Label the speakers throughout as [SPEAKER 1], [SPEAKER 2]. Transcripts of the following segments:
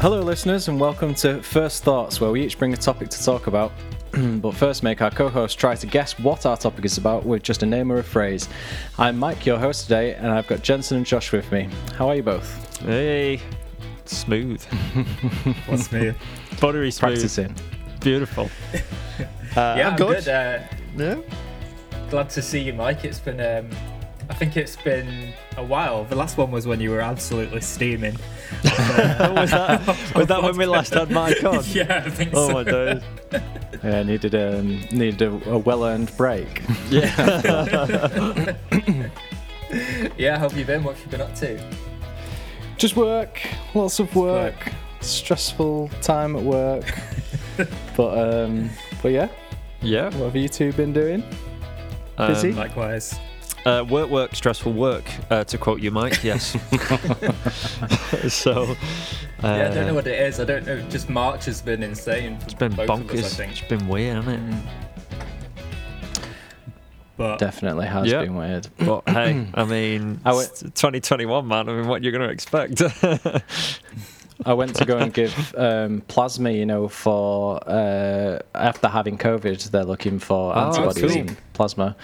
[SPEAKER 1] Hello, listeners, and welcome to First Thoughts, where we each bring a topic to talk about, but first make our co host try to guess what our topic is about with just a name or a phrase. I'm Mike, your host today, and I've got Jensen and Josh with me. How are you both?
[SPEAKER 2] Hey, smooth,
[SPEAKER 3] What's new?
[SPEAKER 2] buttery smooth,
[SPEAKER 1] Practicing.
[SPEAKER 2] beautiful.
[SPEAKER 3] yeah,
[SPEAKER 2] I'm
[SPEAKER 3] I'm
[SPEAKER 2] good.
[SPEAKER 3] good. Uh,
[SPEAKER 2] Yeah,
[SPEAKER 3] glad to see you, Mike. It's been, um, I think it's been a while. The last one was when you were absolutely steaming.
[SPEAKER 2] was that, was that when we last had Mike on?
[SPEAKER 3] yeah, I think
[SPEAKER 2] Oh
[SPEAKER 3] so.
[SPEAKER 2] my days.
[SPEAKER 1] Yeah, needed um, needed a, a well earned break.
[SPEAKER 2] Yeah,
[SPEAKER 3] Yeah, how have you been? What have you been up to?
[SPEAKER 1] Just work, lots of work,
[SPEAKER 3] work.
[SPEAKER 1] stressful time at work. but um, but yeah,
[SPEAKER 2] yeah.
[SPEAKER 1] what have you two been doing?
[SPEAKER 2] um,
[SPEAKER 1] Busy?
[SPEAKER 3] Likewise.
[SPEAKER 2] uh, work, work, stressful work. Uh, to quote you, Mike. Yes. so. Uh,
[SPEAKER 3] yeah, I don't know what it is. I don't know. Just March has been insane. For
[SPEAKER 2] It's been
[SPEAKER 3] both Of us, I
[SPEAKER 2] bonkers. It's
[SPEAKER 3] think.
[SPEAKER 2] been weird, hasn't it?
[SPEAKER 3] But
[SPEAKER 1] Definitely has
[SPEAKER 2] Yeah.
[SPEAKER 1] been weird.
[SPEAKER 2] But hey, I mean,
[SPEAKER 1] I went-
[SPEAKER 2] it's 2021, man. I mean, what you're gonna expect?
[SPEAKER 1] I went to go and give um, plasma, you know, for uh, after having COVID, they're looking for
[SPEAKER 2] Oh,
[SPEAKER 1] antibodies
[SPEAKER 3] cool.
[SPEAKER 1] and plasma.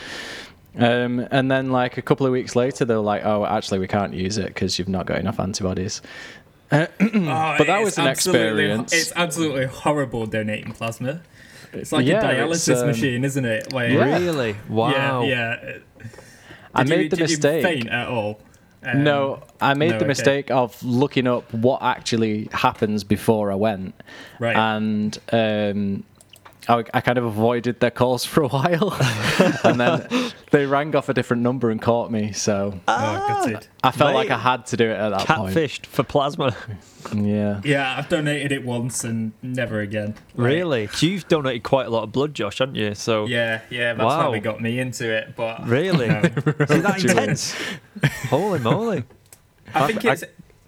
[SPEAKER 1] Um, and then, like a couple of weeks later, they were like, "Oh, actually, we can't use it because you've not got enough antibodies."
[SPEAKER 3] Oh,
[SPEAKER 1] But that
[SPEAKER 3] it's
[SPEAKER 1] was an
[SPEAKER 3] absolutely-
[SPEAKER 1] experience.
[SPEAKER 3] It's absolutely horrible donating plasma. It's like
[SPEAKER 1] Yeah,
[SPEAKER 3] a
[SPEAKER 1] it's,
[SPEAKER 3] dialysis
[SPEAKER 1] um,
[SPEAKER 3] machine, isn't it? Where,
[SPEAKER 2] Really? Wow.
[SPEAKER 3] Yeah, yeah.
[SPEAKER 1] I
[SPEAKER 3] Did
[SPEAKER 1] made
[SPEAKER 3] you,
[SPEAKER 1] the
[SPEAKER 3] did
[SPEAKER 1] mistake.
[SPEAKER 3] You faint at all? Um,
[SPEAKER 1] no, I made
[SPEAKER 3] no,
[SPEAKER 1] the
[SPEAKER 3] okay.
[SPEAKER 1] mistake of looking up what actually happens before I went,
[SPEAKER 3] Right.
[SPEAKER 1] and um, I, I kind of avoided their calls for a while, and then they rang off a different number and caught me. So
[SPEAKER 3] oh, gutted.
[SPEAKER 1] I felt
[SPEAKER 2] Mate.
[SPEAKER 1] like I had to do it at that point.
[SPEAKER 2] Catfished for plasma.
[SPEAKER 1] Yeah.
[SPEAKER 3] Yeah, I've donated it once and never again. Like,
[SPEAKER 2] Really? 'Cause You've donated quite a lot of blood, Josh, haven't you? So
[SPEAKER 3] Yeah, yeah. That's
[SPEAKER 2] Wow.
[SPEAKER 3] how they got me into it. But
[SPEAKER 2] Really?
[SPEAKER 3] No.
[SPEAKER 2] Is it that
[SPEAKER 1] Julie.
[SPEAKER 2] intense? Holy moly!
[SPEAKER 3] I think it's.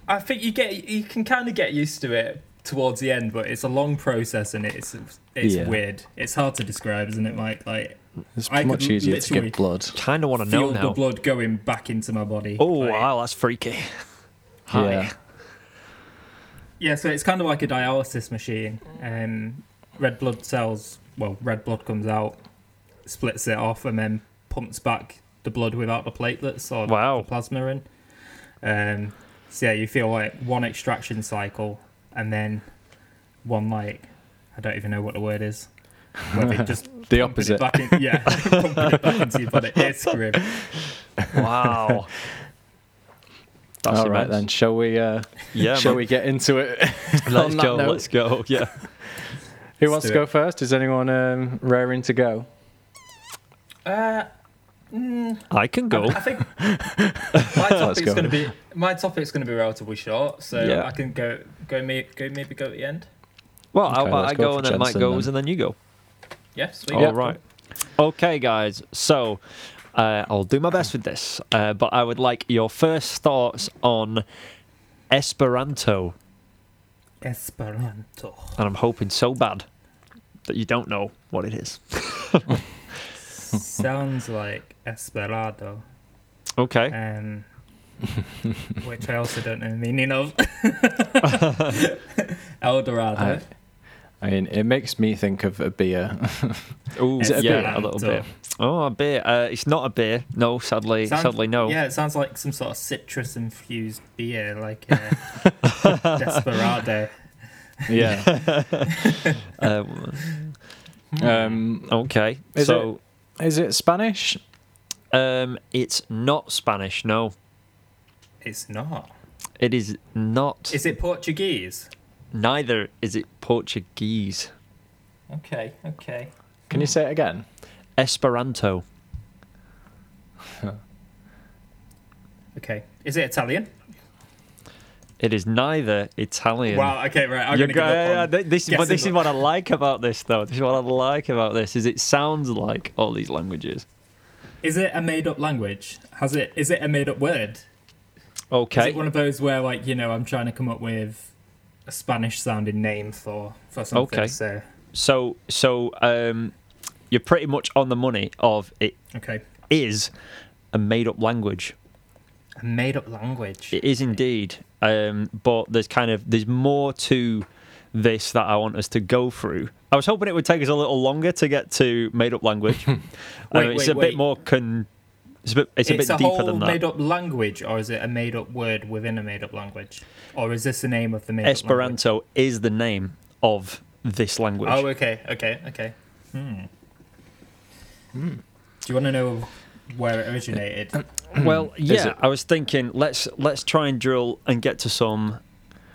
[SPEAKER 3] I think you get. You can kind of get used to it towards the end, but it's a long process and it's it's
[SPEAKER 1] Yeah.
[SPEAKER 3] weird. It's hard to describe, isn't it, Mike? Like
[SPEAKER 1] It's
[SPEAKER 3] I
[SPEAKER 1] much
[SPEAKER 3] could
[SPEAKER 1] easier to
[SPEAKER 3] literally
[SPEAKER 1] give blood.
[SPEAKER 2] Kind of want to know
[SPEAKER 3] feel the
[SPEAKER 2] now.
[SPEAKER 3] blood going back into my body.
[SPEAKER 2] Oh
[SPEAKER 3] Like,
[SPEAKER 2] wow, that's freaky. Hi.
[SPEAKER 1] Yeah.
[SPEAKER 3] Yeah, so it's kind of like a dialysis machine. Um, red blood cells, well, red blood comes out, splits it off, and then pumps back the blood without the platelets or
[SPEAKER 2] Wow.
[SPEAKER 3] the plasma in. Um, so yeah, you feel like one extraction cycle and then one like I don't even know what the word is. Where they just
[SPEAKER 1] The
[SPEAKER 3] pump
[SPEAKER 1] opposite.
[SPEAKER 3] It back in, yeah, pumping it back into your body. It's grim.
[SPEAKER 2] Wow. That's
[SPEAKER 1] All right
[SPEAKER 2] immense.
[SPEAKER 1] then, shall we? Uh,
[SPEAKER 2] Yeah.
[SPEAKER 1] shall
[SPEAKER 2] man.
[SPEAKER 1] we get into it?
[SPEAKER 2] Let's
[SPEAKER 1] on that
[SPEAKER 2] go.
[SPEAKER 1] note?
[SPEAKER 2] Let's go. Yeah.
[SPEAKER 1] Who wants
[SPEAKER 3] do
[SPEAKER 1] to go
[SPEAKER 3] it.
[SPEAKER 1] first? Is anyone um, raring to go?
[SPEAKER 3] Uh,
[SPEAKER 2] I can go.
[SPEAKER 3] I think my topic's
[SPEAKER 1] go.
[SPEAKER 3] going to be my topic's going to be relatively short, so
[SPEAKER 2] Yeah.
[SPEAKER 3] I can go go me go maybe go at the end.
[SPEAKER 2] Well, how
[SPEAKER 1] Okay,
[SPEAKER 2] about
[SPEAKER 1] let's
[SPEAKER 2] I
[SPEAKER 1] go
[SPEAKER 2] go,
[SPEAKER 1] for
[SPEAKER 2] and then Mike
[SPEAKER 1] Jensen
[SPEAKER 2] goes
[SPEAKER 1] then.
[SPEAKER 2] and then you go.
[SPEAKER 3] Yeah, sweet.
[SPEAKER 2] All
[SPEAKER 1] Yeah.
[SPEAKER 2] right. Okay, guys. So uh, I'll do my best with this, uh, but I would like your first thoughts on Esperanto,
[SPEAKER 3] Esperanto.
[SPEAKER 2] and I'm hoping so bad that you don't know what it is.
[SPEAKER 3] Sounds like Esperado,
[SPEAKER 2] Okay.
[SPEAKER 3] um, which I also don't know the meaning of. El Dorado.
[SPEAKER 1] I mean, it makes me think of a beer.
[SPEAKER 2] Ooh,
[SPEAKER 1] Is it a
[SPEAKER 2] yeah,
[SPEAKER 3] beer?
[SPEAKER 2] a little
[SPEAKER 3] So-
[SPEAKER 2] bit. Oh, a beer. Uh, it's not a beer. No, sadly,
[SPEAKER 3] Sounds-
[SPEAKER 2] sadly, no.
[SPEAKER 3] Yeah, it sounds like some sort of citrus infused beer, like uh, Desperado.
[SPEAKER 1] yeah.
[SPEAKER 2] Uh,
[SPEAKER 1] Um,
[SPEAKER 2] okay.
[SPEAKER 1] Is
[SPEAKER 2] so,
[SPEAKER 1] is it Spanish?
[SPEAKER 2] um, it's not Spanish. No,
[SPEAKER 3] It's not.
[SPEAKER 2] it is not.
[SPEAKER 3] Is it Portuguese?
[SPEAKER 2] Neither is it Portuguese.
[SPEAKER 3] Okay, okay.
[SPEAKER 1] Can you say it again?
[SPEAKER 2] Esperanto.
[SPEAKER 3] Okay. Is it Italian?
[SPEAKER 2] It is neither Italian.
[SPEAKER 3] Wow, okay, right. I'm
[SPEAKER 2] You're
[SPEAKER 3] going to give
[SPEAKER 2] go- yeah, yeah,
[SPEAKER 3] up on
[SPEAKER 2] th- this, is what, this
[SPEAKER 3] guessing
[SPEAKER 2] is what I like about this, though. This is what I like about this. Is it sounds like all these languages.
[SPEAKER 3] Is it a made up language? Has it? Is it a made up word? Is
[SPEAKER 2] Okay.
[SPEAKER 3] it one of those where, like, you know, I'm trying to come up with a Spanish sounding name for for something?
[SPEAKER 2] Okay.
[SPEAKER 3] So,
[SPEAKER 2] So, so um, you're pretty much on the money of it
[SPEAKER 3] okay,
[SPEAKER 2] is a made up language.
[SPEAKER 3] a made up language.
[SPEAKER 2] It is indeed. Um, but there's kind of there's more to this that I want us to go through. I was hoping it would take us a little longer to get to made up language. Um,
[SPEAKER 3] Wait,
[SPEAKER 2] it's
[SPEAKER 3] wait,
[SPEAKER 2] a bit
[SPEAKER 3] wait.
[SPEAKER 2] more con. It's a bit. It's, a bit
[SPEAKER 3] it's a
[SPEAKER 2] deeper
[SPEAKER 3] whole
[SPEAKER 2] than that.
[SPEAKER 3] made up language, or is it a made up word within a made up language? Or is this the name of the made up
[SPEAKER 2] Esperanto is the name of this language.
[SPEAKER 3] language? Oh, okay, okay, okay. Hmm.
[SPEAKER 2] Hmm.
[SPEAKER 3] Do you want to know where it originated?
[SPEAKER 2] well, yeah.
[SPEAKER 1] it?
[SPEAKER 2] Mm. I was thinking let's let's try and drill and get to some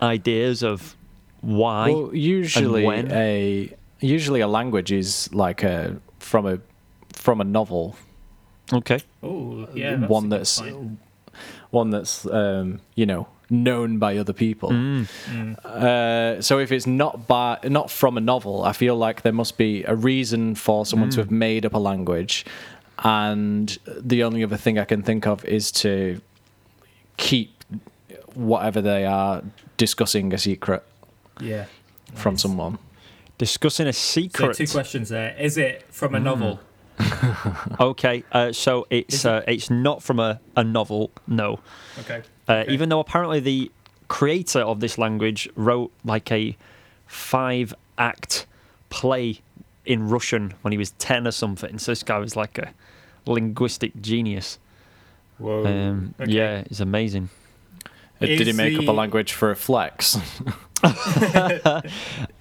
[SPEAKER 2] ideas of why.
[SPEAKER 1] well, usually
[SPEAKER 2] when?
[SPEAKER 1] a usually a language is like a from a from a novel,
[SPEAKER 2] okay.
[SPEAKER 3] Oh, yeah. a
[SPEAKER 1] one
[SPEAKER 3] good
[SPEAKER 1] that's
[SPEAKER 3] point.
[SPEAKER 1] one that's um, you know known by other people.
[SPEAKER 2] Mm.
[SPEAKER 1] Uh, so if it's not by not from a novel, I feel like there must be a reason for someone to have made up a language, and the only other thing I can think of is to keep whatever they are discussing a secret
[SPEAKER 3] Yeah.
[SPEAKER 1] from someone.
[SPEAKER 2] Discussing a
[SPEAKER 3] So
[SPEAKER 2] secret.
[SPEAKER 3] two questions there. Is it from a
[SPEAKER 2] Mm.
[SPEAKER 3] novel?
[SPEAKER 2] okay, uh, so it's uh, it's not from a, a novel. No,
[SPEAKER 3] Okay.
[SPEAKER 2] uh,
[SPEAKER 3] Okay.
[SPEAKER 2] even though apparently the creator of this language wrote like a five act play in Russian when he was ten or something. So this guy was like a linguistic genius.
[SPEAKER 3] Whoa.
[SPEAKER 2] Um,
[SPEAKER 3] Oh, Okay.
[SPEAKER 2] Yeah, it's amazing.
[SPEAKER 1] Uh, Did he
[SPEAKER 3] Is
[SPEAKER 1] make up a
[SPEAKER 3] the-
[SPEAKER 1] language for a flex?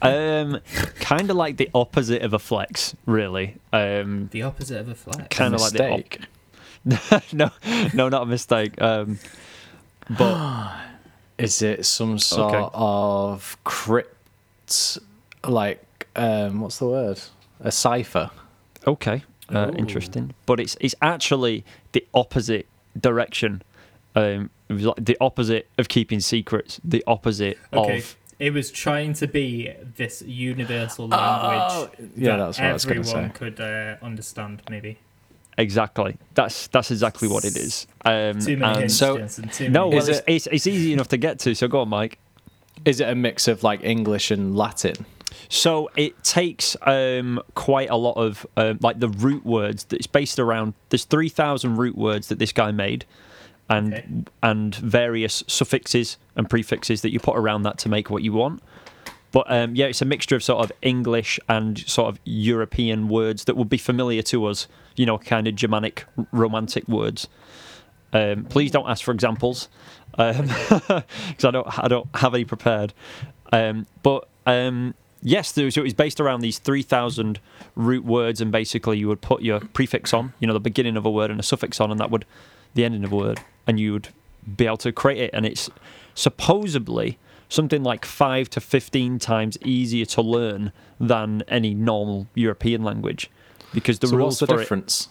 [SPEAKER 2] Um, kind of like the opposite of a flex, really. Um,
[SPEAKER 3] The opposite of a flag.
[SPEAKER 2] kind of like the op-
[SPEAKER 1] Mistake.
[SPEAKER 2] no, no, not a mistake. Um, but
[SPEAKER 1] Is it some sort
[SPEAKER 2] Okay.
[SPEAKER 1] of crypt, like um, what's the word? A cipher.
[SPEAKER 2] okay, uh, interesting. But it's it's actually the opposite direction. Um, it was like the opposite of keeping secrets. The opposite
[SPEAKER 3] Okay.
[SPEAKER 2] of
[SPEAKER 3] It was trying to be this universal
[SPEAKER 2] Oh,
[SPEAKER 3] language
[SPEAKER 1] yeah,
[SPEAKER 3] that
[SPEAKER 1] that's what I was gonna
[SPEAKER 3] everyone
[SPEAKER 1] say.
[SPEAKER 3] could uh, understand. Maybe
[SPEAKER 2] exactly. That's that's exactly what it is. Um,
[SPEAKER 3] too many
[SPEAKER 2] and-
[SPEAKER 3] hints,
[SPEAKER 1] so-
[SPEAKER 3] Jensen, too
[SPEAKER 2] no,
[SPEAKER 3] many
[SPEAKER 1] Is
[SPEAKER 2] well, it's,
[SPEAKER 1] it-
[SPEAKER 2] it's it's easy enough to get to. So go on, Mike.
[SPEAKER 1] Is it a mix of like English and Latin?
[SPEAKER 2] So it takes um, quite a lot of um, like the root words that it's based around. There's three thousand root words that this guy made, and
[SPEAKER 3] Okay.
[SPEAKER 2] and various suffixes and prefixes that you put around that to make what you want. But um, yeah, it's a mixture of sort of English and sort of European words that would be familiar to us. You know, kind of Germanic, r- romantic words. Um, please don't ask for examples because I don't I don't have any prepared. Um, but um, yes, there- so it was based around these three thousand root words, and basically you would put your prefix on, you know, the beginning of a word and a suffix on, and that would the ending of a word, and you would be able to create it. And it's supposedly something like five to fifteen times easier to learn than any normal European language. Because the
[SPEAKER 1] so what's
[SPEAKER 2] rules
[SPEAKER 1] the
[SPEAKER 2] for it-
[SPEAKER 1] difference?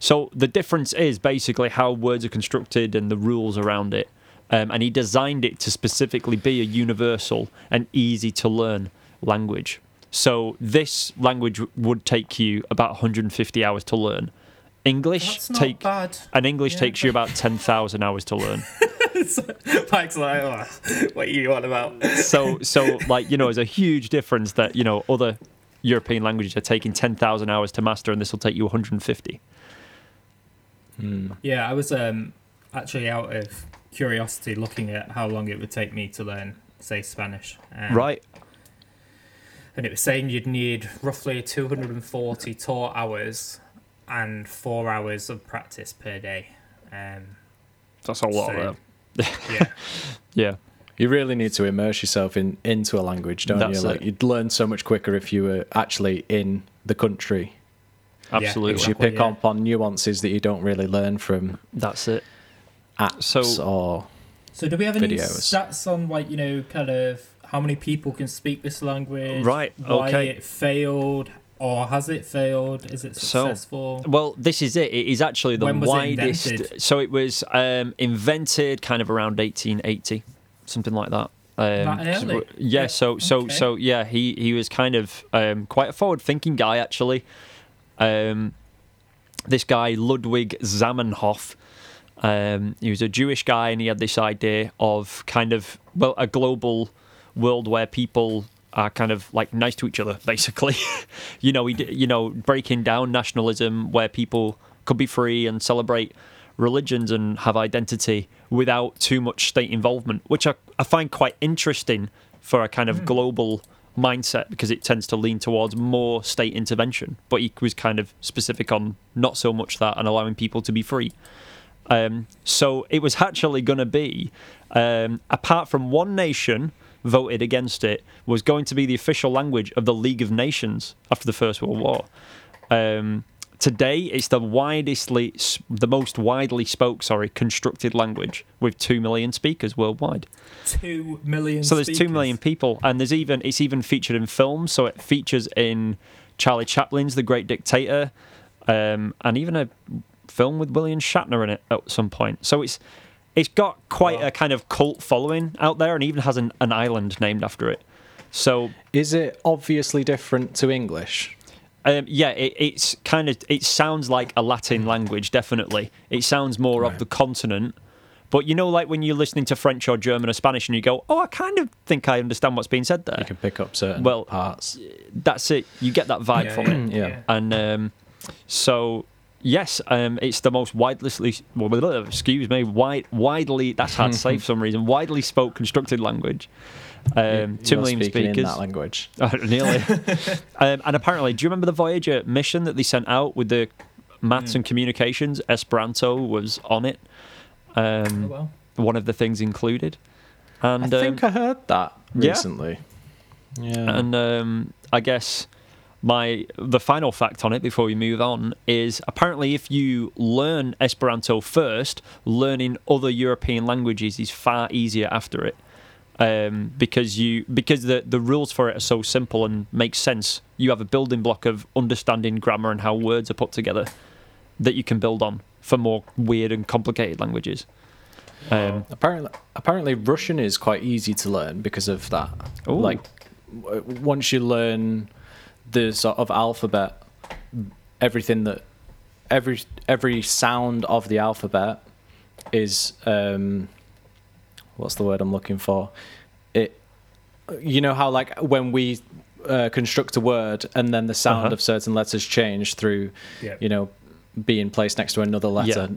[SPEAKER 2] so the difference is basically how words are constructed and the rules around it. Um, and he designed it to specifically be a universal and easy to learn language. So this language w- would take you about 150 hours to learn. English
[SPEAKER 3] That's not
[SPEAKER 2] take
[SPEAKER 3] bad.
[SPEAKER 2] and English
[SPEAKER 3] Yeah.
[SPEAKER 2] takes you about 10,000 hours to learn.
[SPEAKER 3] Mike's like, "Oh, what are you on about?
[SPEAKER 2] so so like you know there's a huge difference that you know other European languages are taking 10,000 hours to master and this will take you 150.
[SPEAKER 3] Yeah, I was um, actually out of curiosity looking at how long it would take me to learn, say, Spanish. Um,
[SPEAKER 2] Right.
[SPEAKER 3] And it was saying you'd need roughly 240 tour hours and four hours of practice per day. Um,
[SPEAKER 2] That's a lot.
[SPEAKER 3] so,
[SPEAKER 2] though.
[SPEAKER 3] yeah.
[SPEAKER 2] Yeah.
[SPEAKER 1] You really need to immerse yourself in into a language, don't
[SPEAKER 2] That's
[SPEAKER 1] you? Like
[SPEAKER 2] it.
[SPEAKER 1] you'd learn so much quicker if you were actually in the country.
[SPEAKER 2] Absolutely.
[SPEAKER 1] Because
[SPEAKER 3] Yeah.
[SPEAKER 1] you pick
[SPEAKER 3] Yeah.
[SPEAKER 1] up on nuances that you don't really learn from
[SPEAKER 2] That's it.
[SPEAKER 1] apps
[SPEAKER 2] So-
[SPEAKER 1] or
[SPEAKER 3] So do we have any
[SPEAKER 1] Videos.
[SPEAKER 3] stats on like you know kind of how many people can speak this language?
[SPEAKER 2] Right,
[SPEAKER 3] Why
[SPEAKER 2] okay.
[SPEAKER 3] it failed or has it failed? Is it
[SPEAKER 2] So-
[SPEAKER 3] successful?
[SPEAKER 2] Well, this is it. It is actually the
[SPEAKER 3] When was it
[SPEAKER 2] widest.
[SPEAKER 3] invented?
[SPEAKER 2] so it was um, invented kind of around 1880, something like that. Um,
[SPEAKER 3] That
[SPEAKER 2] so-
[SPEAKER 3] early?
[SPEAKER 2] yeah. So so
[SPEAKER 3] Okay.
[SPEAKER 2] so yeah. He he was kind of um, quite a forward-thinking guy actually. Um, this guy Ludwig Zamenhof. Um, he was a Jewish guy, and he had this idea of kind of well a global world where people are kind of like nice to each other, basically. you know, he d- you know breaking down nationalism where people could be free and celebrate religions and have identity without too much state involvement, which I, I find quite interesting for a kind of global mindset because it tends to lean towards more state intervention. But he was kind of specific on not so much that and allowing people to be free. Um, so it was actually going to be, um, apart from one nation voted against it, was going to be the official language of the League of Nations after the First World War. Um, today, it's the widestly, the most widely spoke, sorry, constructed language with two million speakers worldwide.
[SPEAKER 3] Two million.
[SPEAKER 2] So there's two
[SPEAKER 3] speakers.
[SPEAKER 2] million people, and there's even it's even featured in films. So it features in Charlie Chaplin's The Great Dictator, um, and even a film with William Shatner in it at some point. So it's it's got quite a kind of cult following out there, and even has an, an island named after it. So
[SPEAKER 1] Is it obviously different to English?
[SPEAKER 2] um, yeah, it, it's kind of it sounds like a Latin language. Definitely, it sounds more of the continent. But you know, like when you're listening to French or German or Spanish, and you go, "Oh, I kind of think I understand what's being said there."
[SPEAKER 1] You can pick up certain
[SPEAKER 2] Well,
[SPEAKER 1] parts.
[SPEAKER 2] that's it. You get that vibe
[SPEAKER 3] Yeah,
[SPEAKER 2] from
[SPEAKER 3] yeah,
[SPEAKER 2] it.
[SPEAKER 1] Yeah.
[SPEAKER 2] And um, so, yes, um, it's the most widely, well, blah, blah, excuse me, wide, widely, that's hard to say for some reason, widely spoke constructed language. Um, two
[SPEAKER 1] You're
[SPEAKER 2] million
[SPEAKER 1] speaking in
[SPEAKER 2] speakers. Oh,
[SPEAKER 1] that language.
[SPEAKER 2] Nearly. um, and apparently, do you remember the Voyager mission that they sent out with the
[SPEAKER 1] Mm.
[SPEAKER 2] maths and communications? Esperanto was on it.
[SPEAKER 3] Oh,
[SPEAKER 2] Um,
[SPEAKER 3] well.
[SPEAKER 2] one of the things included. And
[SPEAKER 1] I
[SPEAKER 2] um,
[SPEAKER 1] think I heard that
[SPEAKER 2] yeah.
[SPEAKER 1] recently. Yeah.
[SPEAKER 2] And um, I guess my the final fact on it before we move on is apparently if you learn Esperanto first, learning other European languages is far easier after it. Um, because you because the the rules for it are so simple and make sense. You have a building block of understanding grammar and how words are put together that you can build on for more weird and complicated languages. Um,
[SPEAKER 1] Apparently, apparently Russian is quite easy to learn because of that.
[SPEAKER 2] Ooh.
[SPEAKER 1] Like w- once you learn the sort of alphabet, everything that every every sound of the alphabet is um, what's the word I'm looking for? It you know how like when we uh, construct a word and then the sound
[SPEAKER 2] Uh-huh.
[SPEAKER 1] of certain letters change through
[SPEAKER 3] Yeah.
[SPEAKER 1] you know being placed next to another letter.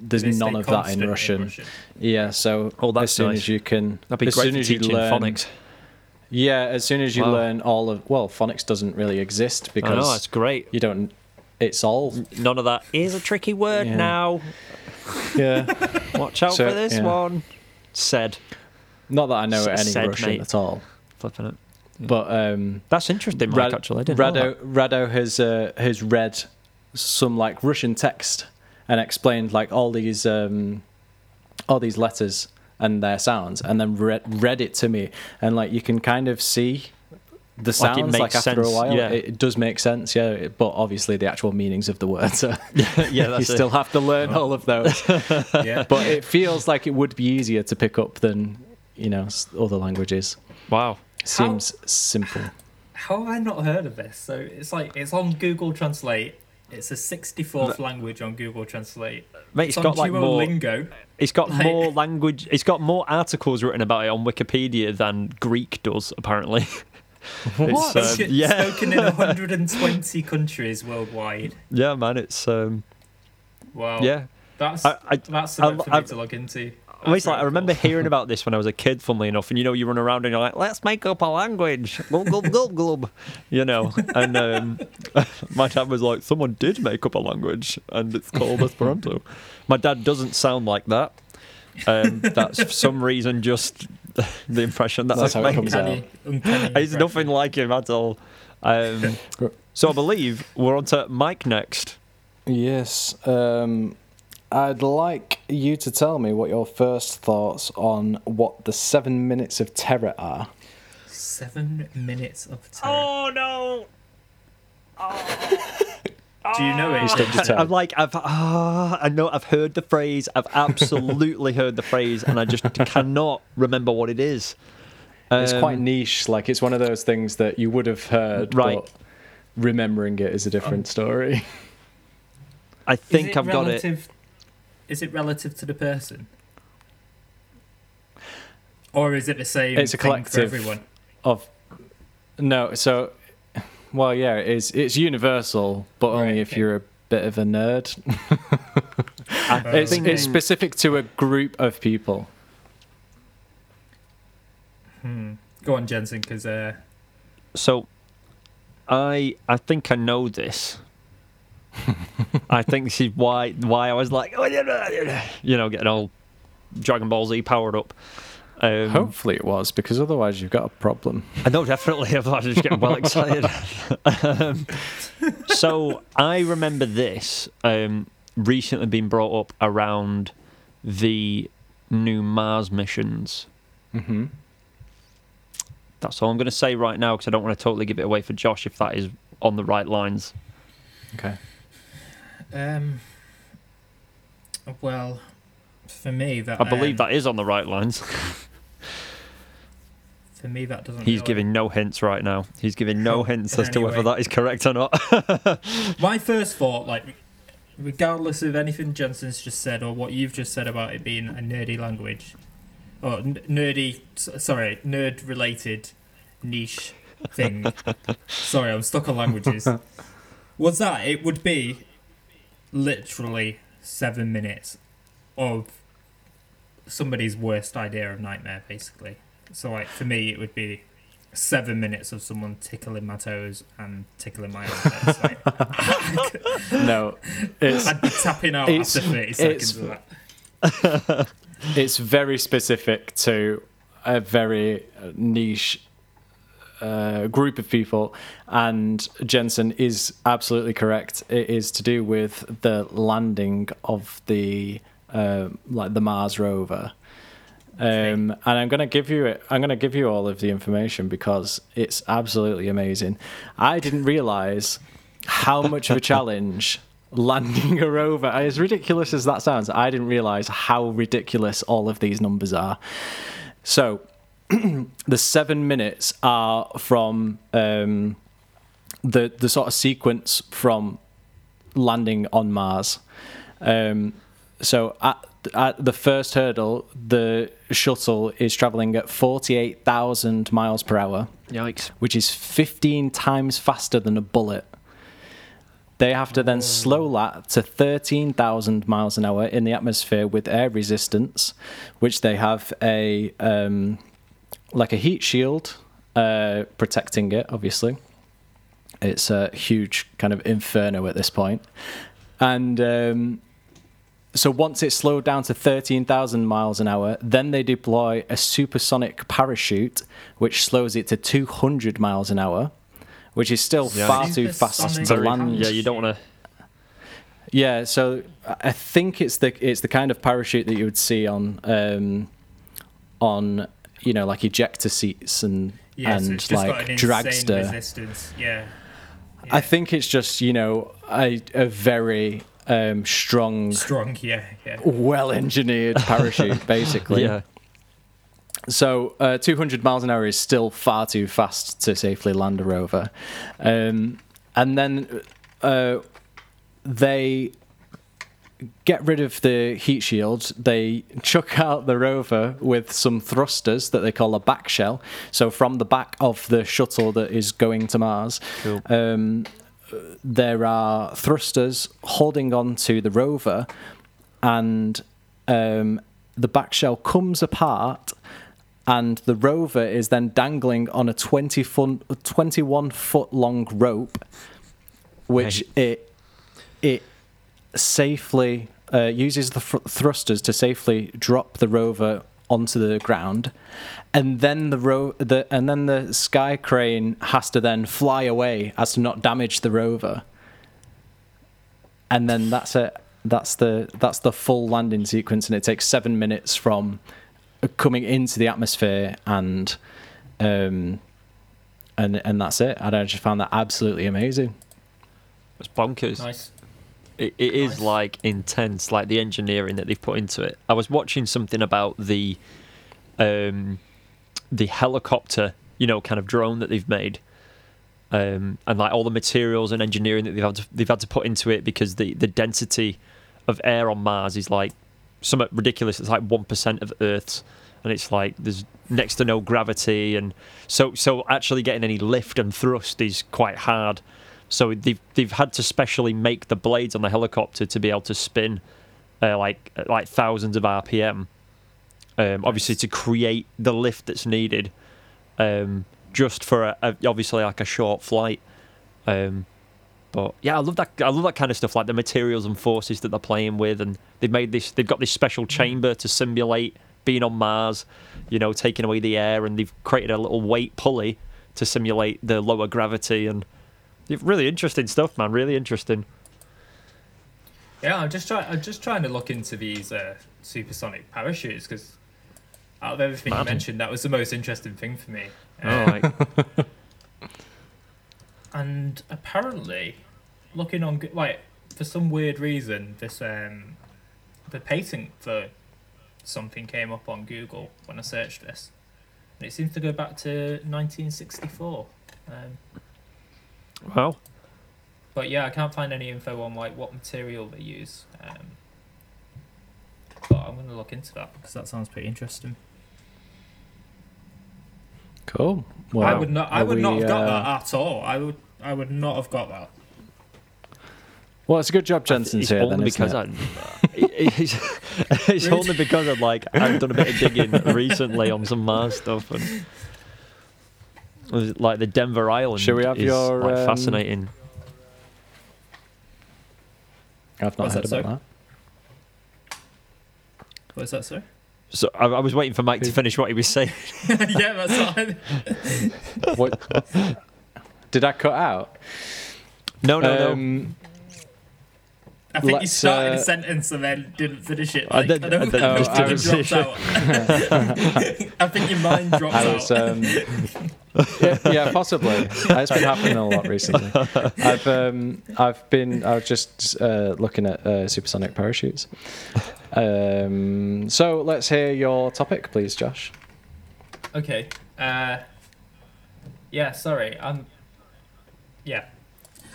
[SPEAKER 1] There's
[SPEAKER 3] They stay
[SPEAKER 1] none of that
[SPEAKER 3] constant
[SPEAKER 1] in Russian. Yeah, so
[SPEAKER 2] Oh, that's
[SPEAKER 1] as soon
[SPEAKER 2] nice.
[SPEAKER 1] as you can,
[SPEAKER 2] that'd be
[SPEAKER 1] as
[SPEAKER 2] great
[SPEAKER 1] soon
[SPEAKER 2] for
[SPEAKER 1] as you
[SPEAKER 2] teaching
[SPEAKER 1] learn,
[SPEAKER 2] phonics.
[SPEAKER 1] Yeah, as soon as you
[SPEAKER 2] Wow.
[SPEAKER 1] learn all of well, phonics doesn't really exist
[SPEAKER 2] I know
[SPEAKER 1] because
[SPEAKER 2] that's great.
[SPEAKER 1] you don't. It's all
[SPEAKER 2] None of that. Here's a tricky word
[SPEAKER 1] Yeah.
[SPEAKER 2] now.
[SPEAKER 1] yeah.
[SPEAKER 2] Watch out
[SPEAKER 1] So,
[SPEAKER 2] for this
[SPEAKER 1] yeah.
[SPEAKER 2] one. Said.
[SPEAKER 1] Not that I know
[SPEAKER 2] S-
[SPEAKER 1] any
[SPEAKER 2] said,
[SPEAKER 1] Russian
[SPEAKER 2] mate.
[SPEAKER 1] at all,
[SPEAKER 2] Flipping it.
[SPEAKER 1] but um,
[SPEAKER 2] That's interesting, Mike, actually. I didn't know
[SPEAKER 1] Rado, Rado has uh, has read some like Russian text and explained like all these um, all these letters and their sounds, and then read read it to me, and like you can kind of see the
[SPEAKER 2] Like, it
[SPEAKER 1] sounds like,
[SPEAKER 2] makes
[SPEAKER 1] after a
[SPEAKER 2] sense,
[SPEAKER 1] while
[SPEAKER 2] yeah.
[SPEAKER 1] it, it does make sense, yeah. it- but obviously the actual meanings of the words, are,
[SPEAKER 2] that. yeah,
[SPEAKER 1] you
[SPEAKER 2] that's Oh.
[SPEAKER 1] still have to learn all of those.
[SPEAKER 3] Yeah.
[SPEAKER 1] but it feels like it would be easier to pick up than you know s- other languages.
[SPEAKER 2] it. Wow.
[SPEAKER 1] Seems simple.
[SPEAKER 3] How have I not heard of this? So it's like it's on Google Translate. It's a 64th language on Google Translate.
[SPEAKER 2] Mate, it's
[SPEAKER 3] It's on
[SPEAKER 2] got like more.
[SPEAKER 3] Duolingo.
[SPEAKER 2] It's got
[SPEAKER 3] like-
[SPEAKER 2] more language. It's got more articles written about it on Wikipedia than Greek does, apparently. It's,
[SPEAKER 3] It's
[SPEAKER 2] um,
[SPEAKER 3] shit
[SPEAKER 2] yeah,
[SPEAKER 3] spoken in 120 countries worldwide.
[SPEAKER 2] yeah, man. It's um,
[SPEAKER 3] Wow.
[SPEAKER 2] yeah.
[SPEAKER 3] That's
[SPEAKER 2] I- I-
[SPEAKER 3] that's
[SPEAKER 2] I-
[SPEAKER 3] something for me
[SPEAKER 2] I-
[SPEAKER 3] to log into.
[SPEAKER 2] Well, It's like I remember hearing about this when I was a kid, funnily enough, and you know, you run around and you're like, "Let's make up a language," glub glub glub glub, you know. And um, my dad was like, "Someone did make up a language, and it's called Esperanto." my dad doesn't sound like that. Um, that's for some reason just the impression that
[SPEAKER 1] That's
[SPEAKER 2] I
[SPEAKER 1] how it
[SPEAKER 2] make.
[SPEAKER 1] comes out.
[SPEAKER 3] Uncanny, uncanny
[SPEAKER 2] He's nothing like him at all. Um, so I believe we're on to Mike next.
[SPEAKER 1] Yes. Um, I'd like you to tell me what your first thoughts on what the seven minutes of terror are.
[SPEAKER 3] Seven minutes of terror.
[SPEAKER 2] Oh no!
[SPEAKER 3] Do you know it?
[SPEAKER 2] I'm like, I've ah, I know, I've heard the phrase, I've absolutely heard the phrase, and I just cannot remember what it is.
[SPEAKER 1] it's
[SPEAKER 2] Um,
[SPEAKER 1] quite niche. Like it's one of those things that you would have heard,
[SPEAKER 2] Right.
[SPEAKER 1] but remembering it is a different story.
[SPEAKER 2] I
[SPEAKER 3] Is
[SPEAKER 2] think I've got it.
[SPEAKER 3] relative- Is it relative to the person? Or is it the same
[SPEAKER 1] It's a
[SPEAKER 3] thing for
[SPEAKER 1] collective.
[SPEAKER 3] everyone?
[SPEAKER 1] Of no, so well, yeah, it's it's universal, but only
[SPEAKER 3] Right,
[SPEAKER 1] if
[SPEAKER 3] okay.
[SPEAKER 1] you're a bit of a nerd.
[SPEAKER 3] I
[SPEAKER 1] It's,
[SPEAKER 3] think-
[SPEAKER 1] it's specific to a group of people.
[SPEAKER 3] Hmm. Go on, Jensen, because uh,
[SPEAKER 2] So, I I think I know this. I think this is why why I was like, "Oh, you know, getting all Dragon Ball Z powered up. Um,
[SPEAKER 1] Hopefully it was, because otherwise you've got a problem.
[SPEAKER 2] I know, definitely. I'm just getting well excited. um, so I remember this um, recently being brought up around the new Mars missions.
[SPEAKER 1] Mm-hmm.
[SPEAKER 2] That's all I'm going to say right now because I don't want to totally give it away for Josh if that is on the right lines.
[SPEAKER 1] Okay.
[SPEAKER 3] um, well, for me that
[SPEAKER 2] I believe
[SPEAKER 3] um,
[SPEAKER 2] that is on the right lines.
[SPEAKER 3] for me that doesn't.
[SPEAKER 2] He's
[SPEAKER 3] really-
[SPEAKER 2] giving no hints right now. He's giving no hints as to whether
[SPEAKER 3] Anyway.
[SPEAKER 2] that is correct or not.
[SPEAKER 3] My first thought, like, regardless of anything Jensen's just said or what you've just said about it being a nerdy language, or n- nerdy, s- sorry, nerd related niche thing. sorry, I'm stuck on languages. Was that it would be literally seven minutes of somebody's worst idea of nightmare, basically. So, like, for me, it would be seven minutes of someone tickling my toes and tickling my armpits. Like,
[SPEAKER 1] No, it's
[SPEAKER 3] I'd be tapping out
[SPEAKER 1] It's-
[SPEAKER 3] after 30
[SPEAKER 1] it's-
[SPEAKER 3] seconds of that.
[SPEAKER 1] it's very specific to a very niche uh, group of people, and Jensen is absolutely correct. It is to do with the landing of the uh, like the Mars rover. Um, and I'm gonna give you it. I'm gonna give you all of the information because it's absolutely amazing. I didn't realize how much of a challenge landing a rover. As ridiculous as that sounds, I didn't realize how ridiculous all of these numbers are. So the seven minutes are from um, the the sort of sequence from landing on Mars. Um, so at, at the first hurdle, the shuttle is traveling at forty eight thousand miles per hour
[SPEAKER 2] Yikes.
[SPEAKER 1] which is 15 times faster than a bullet. They have to then slow lat to 13,000 miles an hour in the atmosphere with air resistance, which they have a um, like a heat shield uh, protecting it. Obviously, it's a huge kind of inferno at this point, and. Um, so once it's slowed down to 13,000 miles an hour, then they deploy a supersonic parachute, which slows it to 200 miles an hour, which is still
[SPEAKER 2] Yeah.
[SPEAKER 1] far too fast
[SPEAKER 3] Supersonic
[SPEAKER 1] to
[SPEAKER 2] Very-
[SPEAKER 1] land.
[SPEAKER 2] yeah, you don't want to.
[SPEAKER 1] Yeah, so I I think it's the it's the kind of parachute that you would see on um, on you know like ejector seats and
[SPEAKER 3] Yeah, so
[SPEAKER 1] and
[SPEAKER 3] it's just
[SPEAKER 1] like
[SPEAKER 3] got an insane
[SPEAKER 1] dragster.
[SPEAKER 3] resistance. Yeah.
[SPEAKER 1] I think it's just you know a, a very um, strong,
[SPEAKER 3] Strong, yeah, yeah.
[SPEAKER 1] well engineered parachute, basically.
[SPEAKER 2] Yeah.
[SPEAKER 1] So uh, 200 miles an hour is still far too fast to safely land a rover. Um, and then uh, they get rid of the heat shield. They chuck out the rover with some thrusters that they call a back shell. So from the back of the shuttle that is going to Mars,
[SPEAKER 2] Cool.
[SPEAKER 1] um, there are thrusters holding on to the rover, and um, the back shell comes apart, and the rover is then dangling on a 20 fun, 21 foot long rope, which it it safely uh, uses the fr- thrusters to safely drop the rover onto the ground, and then the ro- the and then the sky crane has to then fly away as to not damage the rover, and then that's it. That's the that's the full landing sequence, and it takes seven minutes from coming into the atmosphere and um and and that's it. And I just found that absolutely amazing.
[SPEAKER 2] It's bonkers.
[SPEAKER 3] Nice.
[SPEAKER 2] It, it is
[SPEAKER 3] Nice.
[SPEAKER 2] like intense, like the engineering that they've put into it. I was watching something about the, um, the helicopter, you know, kind of drone that they've made, um, and like all the materials and engineering that they've had to, they've had to put into it because the the density of air on Mars is like somewhat ridiculous. It's like one percent of Earth's, and it's like there's next to no gravity, and so so actually getting any lift and thrust is quite hard. So they've they've had to specially make the blades on the helicopter to be able to spin uh, like like thousands of RPM. Um, obviously, to create the lift that's needed, um, just for a, a, obviously like a short flight. Um, but yeah, I love that. I love that kind of stuff, like the materials and forces that they're playing with, and they've made this. They've got this
[SPEAKER 1] Mm.
[SPEAKER 2] special chamber to simulate being on Mars, you know, taking away the air, and they've created a little weight pulley to simulate the lower gravity, and really interesting stuff, man. Really interesting.
[SPEAKER 3] Yeah, I'm just trying. I'm just trying to look into these uh, supersonic parachutes because out of everything
[SPEAKER 2] Mad.
[SPEAKER 3] you mentioned, that was the most interesting thing for me.
[SPEAKER 2] Oh,
[SPEAKER 3] Uh,
[SPEAKER 2] like,
[SPEAKER 3] And apparently, looking on Go- like for some weird reason, this um, the patent for something came up on Google when I searched this, and it seems to go back to 1964. Um,
[SPEAKER 2] well,
[SPEAKER 3] But yeah, I can't find any info on like what material they use. Um, but I'm gonna look into that because that sounds pretty interesting.
[SPEAKER 1] Cool. Well,
[SPEAKER 3] I would not. I
[SPEAKER 1] are
[SPEAKER 3] would not
[SPEAKER 1] we,
[SPEAKER 3] have got
[SPEAKER 1] uh,
[SPEAKER 3] that at all. I would. I would not have got that.
[SPEAKER 1] Well, it's a good job Jensen's
[SPEAKER 2] it's
[SPEAKER 1] here.
[SPEAKER 2] only
[SPEAKER 1] Then, isn't
[SPEAKER 2] because
[SPEAKER 1] it?
[SPEAKER 2] I. It's, it's only because I've like I've done a bit of digging recently on some Mars stuff and was it, like the Denver Island.
[SPEAKER 1] Shall we have
[SPEAKER 2] is,
[SPEAKER 1] your,
[SPEAKER 2] like,
[SPEAKER 1] um,
[SPEAKER 2] fascinating?
[SPEAKER 1] I've not
[SPEAKER 3] Was
[SPEAKER 1] heard
[SPEAKER 3] that
[SPEAKER 1] about
[SPEAKER 3] What is that, sir?
[SPEAKER 2] So I, I was waiting for Mike to finish what he was saying.
[SPEAKER 3] yeah, that's what I,
[SPEAKER 1] that. What? Did I cut out?
[SPEAKER 2] No, Oh, no, no.
[SPEAKER 1] Um,
[SPEAKER 3] I think you
[SPEAKER 1] Let's,
[SPEAKER 3] started
[SPEAKER 1] uh,
[SPEAKER 3] a sentence and then didn't finish it.
[SPEAKER 2] I
[SPEAKER 3] Like, I,
[SPEAKER 2] did- I
[SPEAKER 3] don't
[SPEAKER 2] did-
[SPEAKER 1] I
[SPEAKER 3] think
[SPEAKER 1] did.
[SPEAKER 3] it drops out. I think your mind drops
[SPEAKER 1] I
[SPEAKER 3] out.
[SPEAKER 1] was, um, yeah, yeah, possibly. Uh, It's been happening a lot recently. I've, um, I've been, I was just uh, looking at uh, supersonic parachutes. Um, so let's hear your topic, please, Josh.
[SPEAKER 3] Okay. Uh, yeah, sorry. I'm. Yeah.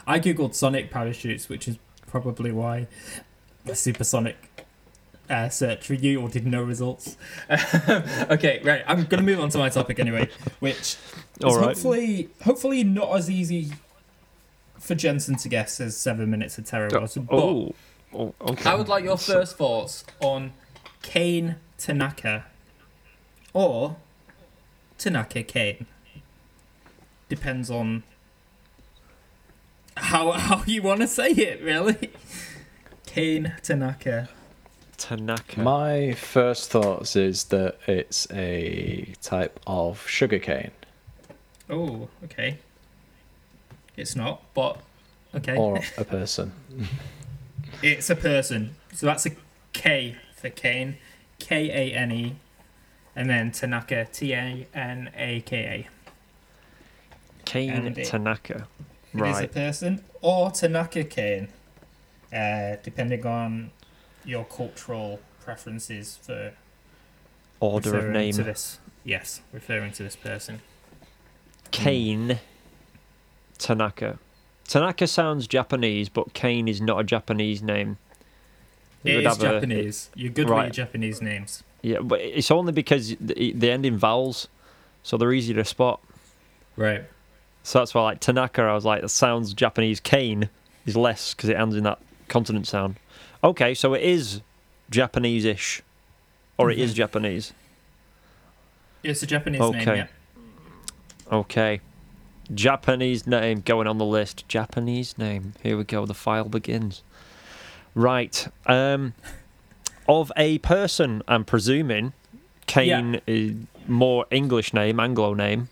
[SPEAKER 3] I googled Sonic parachutes, which is probably why the supersonic uh, search for you did no results. okay, right. I'm going to move on to my topic anyway, which is
[SPEAKER 2] All right.
[SPEAKER 3] hopefully, hopefully not as easy for Jensen to guess as Seven Minutes of Terror was. but-
[SPEAKER 2] oh, oh, okay.
[SPEAKER 3] I would like your first thoughts on Kane Tanaka or Tanaka Kane. Depends on how how you want to say it, really. Kane Tanaka.
[SPEAKER 2] Tanaka.
[SPEAKER 1] My first thoughts is that it's a type of sugarcane.
[SPEAKER 3] Oh, okay. It's not, but okay.
[SPEAKER 1] or a person.
[SPEAKER 3] It's a person. So that's a K for Kane. K A N E. And then Tanaka. T A N A K A.
[SPEAKER 2] Kane
[SPEAKER 3] Andy.
[SPEAKER 2] Tanaka.
[SPEAKER 3] It is a
[SPEAKER 2] Right.
[SPEAKER 3] person or Tanaka cane, uh, depending on your cultural preferences for
[SPEAKER 2] Order of
[SPEAKER 3] referring to
[SPEAKER 2] name.
[SPEAKER 3] this. Yes, referring to this person.
[SPEAKER 2] Kane Tanaka. Tanaka sounds Japanese, but Kane is not a Japanese name. It
[SPEAKER 3] It
[SPEAKER 2] would
[SPEAKER 3] is
[SPEAKER 2] have a-
[SPEAKER 3] Japanese. You're good
[SPEAKER 2] Right.
[SPEAKER 3] with your Japanese names.
[SPEAKER 2] Yeah, but it's only because th- they end in vowels, so they're easier to spot.
[SPEAKER 3] Right.
[SPEAKER 2] So that's why, like Tanaka, I was like, that sounds Japanese. Kane is less because it ends in that consonant sound. Okay, so it is Japanese-ish, or it is
[SPEAKER 3] Mhm.
[SPEAKER 2] Japanese.
[SPEAKER 3] It's a Japanese name,
[SPEAKER 2] Okay.
[SPEAKER 3] yeah.
[SPEAKER 2] Okay, Japanese name going on the list. Japanese name. Here we go. The file begins. Right. Um, of a person, I'm presuming. Kane is more English name, Anglo name.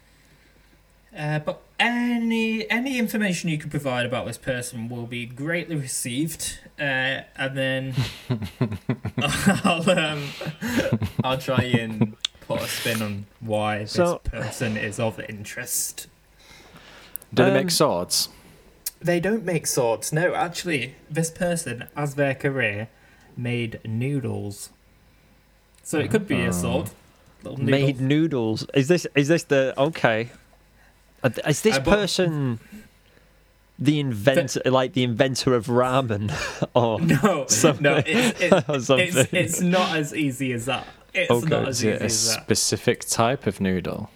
[SPEAKER 3] Uh, but any any information you can provide about this person will be greatly received, uh, and then I'll um, I'll try and put a spin on why
[SPEAKER 2] So-
[SPEAKER 3] this person is of interest.
[SPEAKER 1] Do they
[SPEAKER 2] Um,
[SPEAKER 1] make swords?
[SPEAKER 3] They don't make swords. No, actually, this person, as their career, made noodles. So it could be a sword. Little noodle.
[SPEAKER 2] made noodles. Is this is this the okay? Are th- Is this
[SPEAKER 3] I bought-
[SPEAKER 2] person the inventor, like the inventor of ramen, or
[SPEAKER 3] No, no, it's, it's,
[SPEAKER 2] or something?
[SPEAKER 3] it's, it's not as easy as that. It's
[SPEAKER 2] Okay,
[SPEAKER 3] not as
[SPEAKER 1] Is
[SPEAKER 3] easy
[SPEAKER 1] it a
[SPEAKER 3] as that.
[SPEAKER 1] specific type of noodle?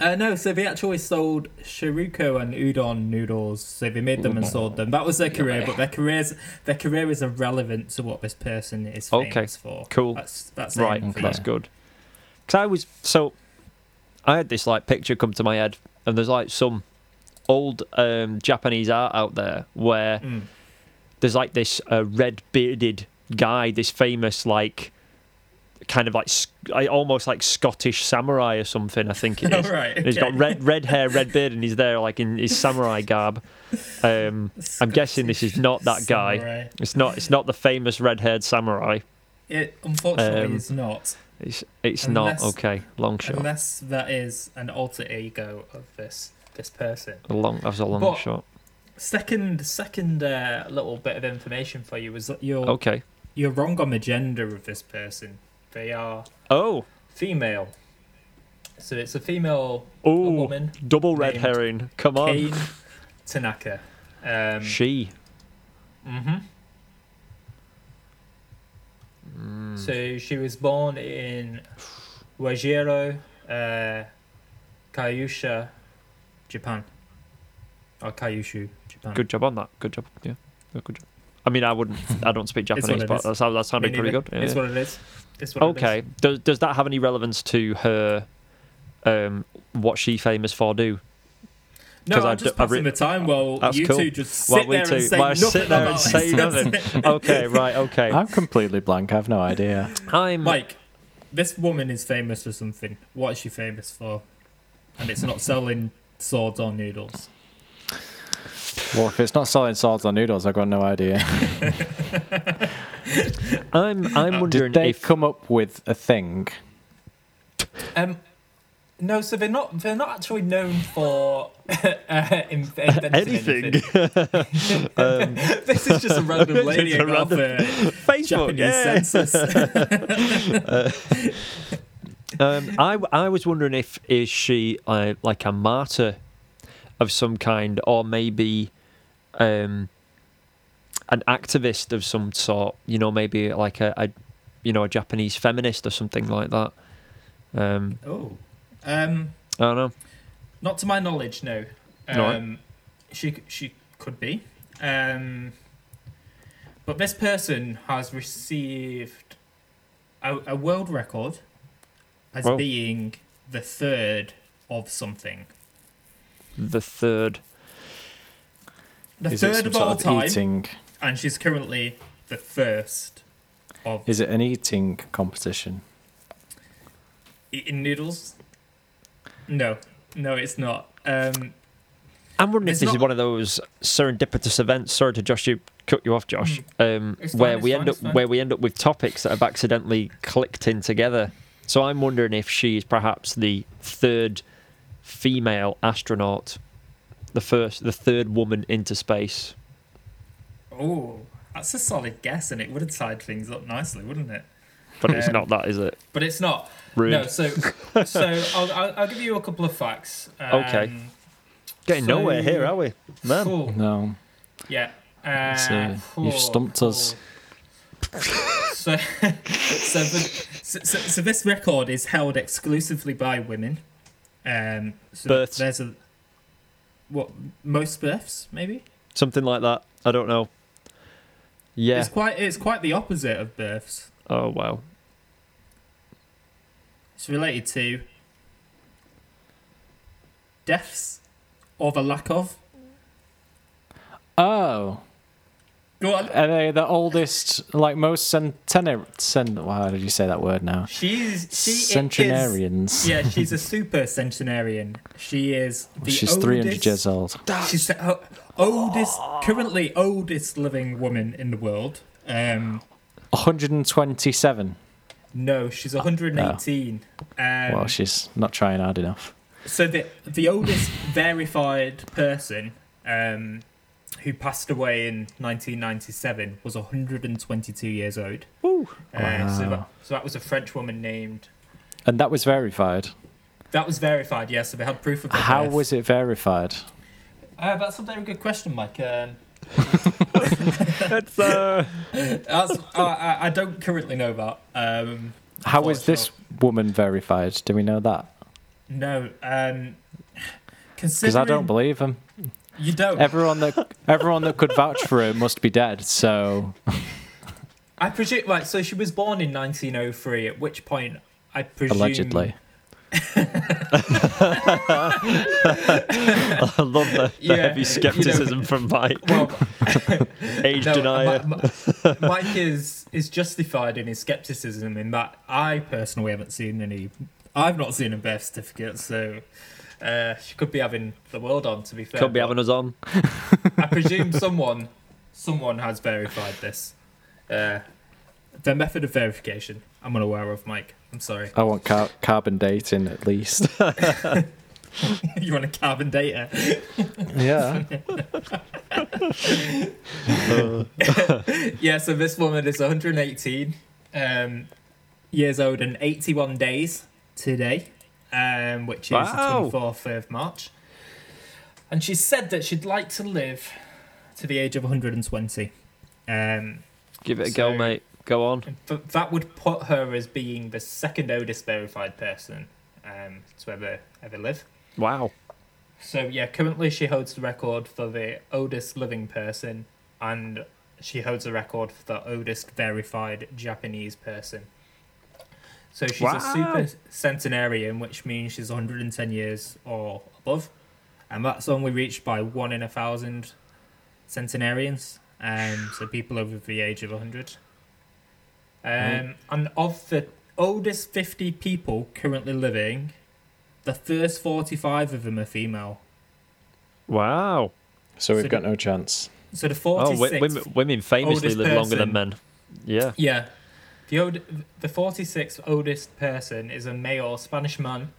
[SPEAKER 3] Uh, no, so they actually sold Shiruko and udon noodles. So they made them and sold them. That was their career, but their careers their career is irrelevant to what this person is
[SPEAKER 2] Okay,
[SPEAKER 3] famous for.
[SPEAKER 2] cool.
[SPEAKER 3] That's that's it
[SPEAKER 2] Right,
[SPEAKER 3] for
[SPEAKER 2] that's
[SPEAKER 3] you.
[SPEAKER 2] good. Because I was so, I had this like picture come to my head, and there's like some old um, Japanese art out there where
[SPEAKER 3] Mm.
[SPEAKER 2] there's like this uh, red bearded guy, this famous like kind of like sc- I- almost like Scottish samurai or something. I think it is.
[SPEAKER 3] All right.
[SPEAKER 2] And He's got
[SPEAKER 3] okay.
[SPEAKER 2] red red hair, red beard, and he's there like in his samurai garb. Um, I'm guessing this is not that guy.
[SPEAKER 3] Samurai.
[SPEAKER 2] It's not. It's not the famous red haired samurai.
[SPEAKER 3] It unfortunately
[SPEAKER 2] Um,
[SPEAKER 3] is not,
[SPEAKER 2] It's. It's
[SPEAKER 3] Unless-
[SPEAKER 2] not okay. Long shot.
[SPEAKER 3] unless that is an alter ego of this this person.
[SPEAKER 2] A long, that was a long
[SPEAKER 3] But-
[SPEAKER 2] shot.
[SPEAKER 3] Second, second uh, little bit of information for you is that you're
[SPEAKER 2] Okay.
[SPEAKER 3] you're wrong on the gender of this person. They are
[SPEAKER 2] Oh,
[SPEAKER 3] female, so it's a female a
[SPEAKER 2] oh,
[SPEAKER 3] woman,
[SPEAKER 2] double red
[SPEAKER 3] named
[SPEAKER 2] herring. Come on.
[SPEAKER 3] Kane Tanaka. Um,
[SPEAKER 2] She.
[SPEAKER 3] hmm
[SPEAKER 2] Mm.
[SPEAKER 3] So she was born in Wajiro, uh, Kyushu, Japan, or Kyushu, Japan.
[SPEAKER 2] Good job on that. Good job. Yeah. Yeah, Good job. I mean, I wouldn't. I don't speak
[SPEAKER 3] It's what
[SPEAKER 2] Japanese,
[SPEAKER 3] it
[SPEAKER 2] but
[SPEAKER 3] is.
[SPEAKER 2] that sounded, that sounded
[SPEAKER 3] Me
[SPEAKER 2] pretty
[SPEAKER 3] neither.
[SPEAKER 2] good. Yeah.
[SPEAKER 3] It's what it is. It's what
[SPEAKER 2] okay. Does does that have any relevance to her? Um, what she famous for? Do
[SPEAKER 3] No,
[SPEAKER 2] 'Cause
[SPEAKER 3] I'm
[SPEAKER 2] I
[SPEAKER 3] just
[SPEAKER 2] d- I
[SPEAKER 3] passing
[SPEAKER 2] re-
[SPEAKER 3] the time while
[SPEAKER 2] That's
[SPEAKER 3] you
[SPEAKER 2] cool.
[SPEAKER 3] two just sit
[SPEAKER 2] While we
[SPEAKER 3] there
[SPEAKER 2] two-
[SPEAKER 3] and say
[SPEAKER 2] while I
[SPEAKER 3] nothing
[SPEAKER 2] sit there and
[SPEAKER 3] about
[SPEAKER 2] say
[SPEAKER 3] it.
[SPEAKER 2] nothing. okay, right, okay.
[SPEAKER 1] I'm completely blank. I've no idea.
[SPEAKER 2] I'm
[SPEAKER 3] Mike, this woman is famous for something. What is she famous for? And it's not selling swords or noodles.
[SPEAKER 1] Well, if it's not selling swords or noodles, I've got no idea.
[SPEAKER 2] I'm I'm wondering
[SPEAKER 1] Did they
[SPEAKER 2] if
[SPEAKER 1] come up with a thing?
[SPEAKER 3] Um, no, so they're not. They're not actually known for uh, in- inventing
[SPEAKER 2] anything.
[SPEAKER 3] this is just a random lady
[SPEAKER 2] Just a
[SPEAKER 3] I got
[SPEAKER 2] random-
[SPEAKER 3] off, uh,
[SPEAKER 2] Facebook,
[SPEAKER 3] Japanese
[SPEAKER 2] yeah.
[SPEAKER 3] census.
[SPEAKER 2] Um, I, I was wondering if is she uh, like a martyr of some kind, or maybe um, an activist of some sort. You know, maybe like a, a you know a Japanese feminist or something like that. Um,
[SPEAKER 3] oh, um,
[SPEAKER 2] I don't know.
[SPEAKER 3] not to my knowledge, no. Um,
[SPEAKER 2] Alright.
[SPEAKER 3] She she could be, um, but this person has received a, a world record as
[SPEAKER 2] Whoa.
[SPEAKER 3] being the third of something.
[SPEAKER 2] The third.
[SPEAKER 3] The
[SPEAKER 1] Is it
[SPEAKER 3] third
[SPEAKER 1] some
[SPEAKER 3] of
[SPEAKER 1] sort
[SPEAKER 3] all
[SPEAKER 1] of
[SPEAKER 3] time,
[SPEAKER 1] eating?
[SPEAKER 3] and she's currently the first of
[SPEAKER 1] Is it an eating competition?
[SPEAKER 3] eating noodles. No, no, it's not. Um,
[SPEAKER 2] I'm wondering
[SPEAKER 3] It's
[SPEAKER 2] if this
[SPEAKER 3] not-
[SPEAKER 2] is one of those serendipitous events. Sorry to Josh, you cut you off, Josh. Um,
[SPEAKER 3] Mm. It's fine,
[SPEAKER 2] where
[SPEAKER 3] it's
[SPEAKER 2] we
[SPEAKER 3] fine,
[SPEAKER 2] end up,
[SPEAKER 3] it's fine.
[SPEAKER 2] where we end up with topics that have accidentally clicked in together. So I'm wondering if she is perhaps the third female astronaut, the first, the third woman into space.
[SPEAKER 3] oh, that's a solid guess, and it would have tied things up nicely, wouldn't it?
[SPEAKER 2] But it's
[SPEAKER 3] Um,
[SPEAKER 2] not that, is it?
[SPEAKER 3] But it's not.
[SPEAKER 2] Rude.
[SPEAKER 3] No, so so I'll, I'll, I'll give you a couple of facts. Um,
[SPEAKER 2] Okay. Getting
[SPEAKER 3] so-
[SPEAKER 2] nowhere here, are we? Man.
[SPEAKER 3] cool.
[SPEAKER 1] No.
[SPEAKER 3] Yeah. Uh,
[SPEAKER 1] So, you've
[SPEAKER 3] cool,
[SPEAKER 1] stumped us.
[SPEAKER 3] cool. so, so, the, so, so, so this record is held exclusively by women. Um, so
[SPEAKER 2] Births.
[SPEAKER 3] There's a what most births maybe.
[SPEAKER 2] Something like that. I don't know. Yeah.
[SPEAKER 3] It's quite it's quite the opposite of births.
[SPEAKER 2] Oh wow.
[SPEAKER 3] It's related to deaths or the lack of.
[SPEAKER 1] Oh,
[SPEAKER 3] Go on.
[SPEAKER 1] are they the oldest, like most centenarian? Cent- Why did you say that word now?
[SPEAKER 3] She's she is-
[SPEAKER 1] Centenarians.
[SPEAKER 3] Yeah, she's a super centenarian. She is the
[SPEAKER 1] Oh, She's
[SPEAKER 3] oldest,
[SPEAKER 1] 300 years old.
[SPEAKER 3] She's the o- oldest, currently oldest living woman in the world. Um,
[SPEAKER 1] 127.
[SPEAKER 3] no, she's
[SPEAKER 1] Ah.
[SPEAKER 3] 118. Um,
[SPEAKER 1] well, she's not trying hard enough.
[SPEAKER 3] so the the oldest verified person um, who passed away in 1997 was 122 years old.
[SPEAKER 2] Woo.
[SPEAKER 3] Uh, so,
[SPEAKER 1] Wow.
[SPEAKER 3] that, so that was a French woman named.
[SPEAKER 1] And that was verified.
[SPEAKER 3] That was verified, yes. so they had proof of their
[SPEAKER 1] How
[SPEAKER 3] birth.
[SPEAKER 1] was it verified?
[SPEAKER 3] Uh, that's a very good question, Mike. Um,
[SPEAKER 2] That's uh.
[SPEAKER 3] that's, I, I, I don't currently know that. Um,
[SPEAKER 1] How was this woman verified? Do we know that?
[SPEAKER 3] No, um,
[SPEAKER 1] because
[SPEAKER 3] considering
[SPEAKER 1] I don't believe him.
[SPEAKER 3] you don't.
[SPEAKER 1] Everyone that everyone that could vouch for her must be dead. So
[SPEAKER 3] I presume, right? So she was born in 1903. At which point, I presume
[SPEAKER 1] allegedly,
[SPEAKER 2] I love the, the
[SPEAKER 3] Yeah,
[SPEAKER 2] heavy
[SPEAKER 3] you know-
[SPEAKER 2] skepticism from Mike.
[SPEAKER 3] Well,
[SPEAKER 2] Age
[SPEAKER 3] no,
[SPEAKER 2] denier.
[SPEAKER 3] Ma- Ma- Mike is is justified in his skepticism in that I personally haven't seen any. I've not seen a birth certificate, so uh, she could be having the world on. To be fair,
[SPEAKER 2] Could be
[SPEAKER 3] but
[SPEAKER 2] having us on.
[SPEAKER 3] I presume someone someone has verified this. Uh, their method of verification, I'm unaware of, Mike. I'm sorry.
[SPEAKER 1] I want car- carbon dating at least.
[SPEAKER 3] you want to carbon date her?
[SPEAKER 1] yeah,
[SPEAKER 3] Yeah, so this woman is 118 um, years old and 81 days today, um, which is
[SPEAKER 2] Wow.
[SPEAKER 3] the 24th of March. And she said that she'd like to live to the age of 120. Um,
[SPEAKER 2] Give it a
[SPEAKER 3] So-
[SPEAKER 2] go, mate. Go on.
[SPEAKER 3] but that would put her as being the second oldest verified person um, to ever ever live.
[SPEAKER 2] Wow.
[SPEAKER 3] So yeah, currently she holds the record for the oldest living person, and she holds the record for the oldest verified Japanese person. So she's
[SPEAKER 2] Wow.
[SPEAKER 3] a super centenarian, which means she's 110 years or above, and that's only reached by one in a thousand centenarians. Um, so people over the age of 100. Um,
[SPEAKER 2] Right.
[SPEAKER 3] And of the oldest 50 people currently living, the first 45 of them are female.
[SPEAKER 2] Wow.
[SPEAKER 1] so we've
[SPEAKER 3] So-
[SPEAKER 1] got no chance.
[SPEAKER 3] So the
[SPEAKER 2] Oh,
[SPEAKER 3] 46th.
[SPEAKER 2] wi- women, women famously
[SPEAKER 3] oldest
[SPEAKER 2] live longer than
[SPEAKER 3] person.
[SPEAKER 2] men. Yeah.
[SPEAKER 3] Yeah. The, old, the 46th oldest person is a male Spanish man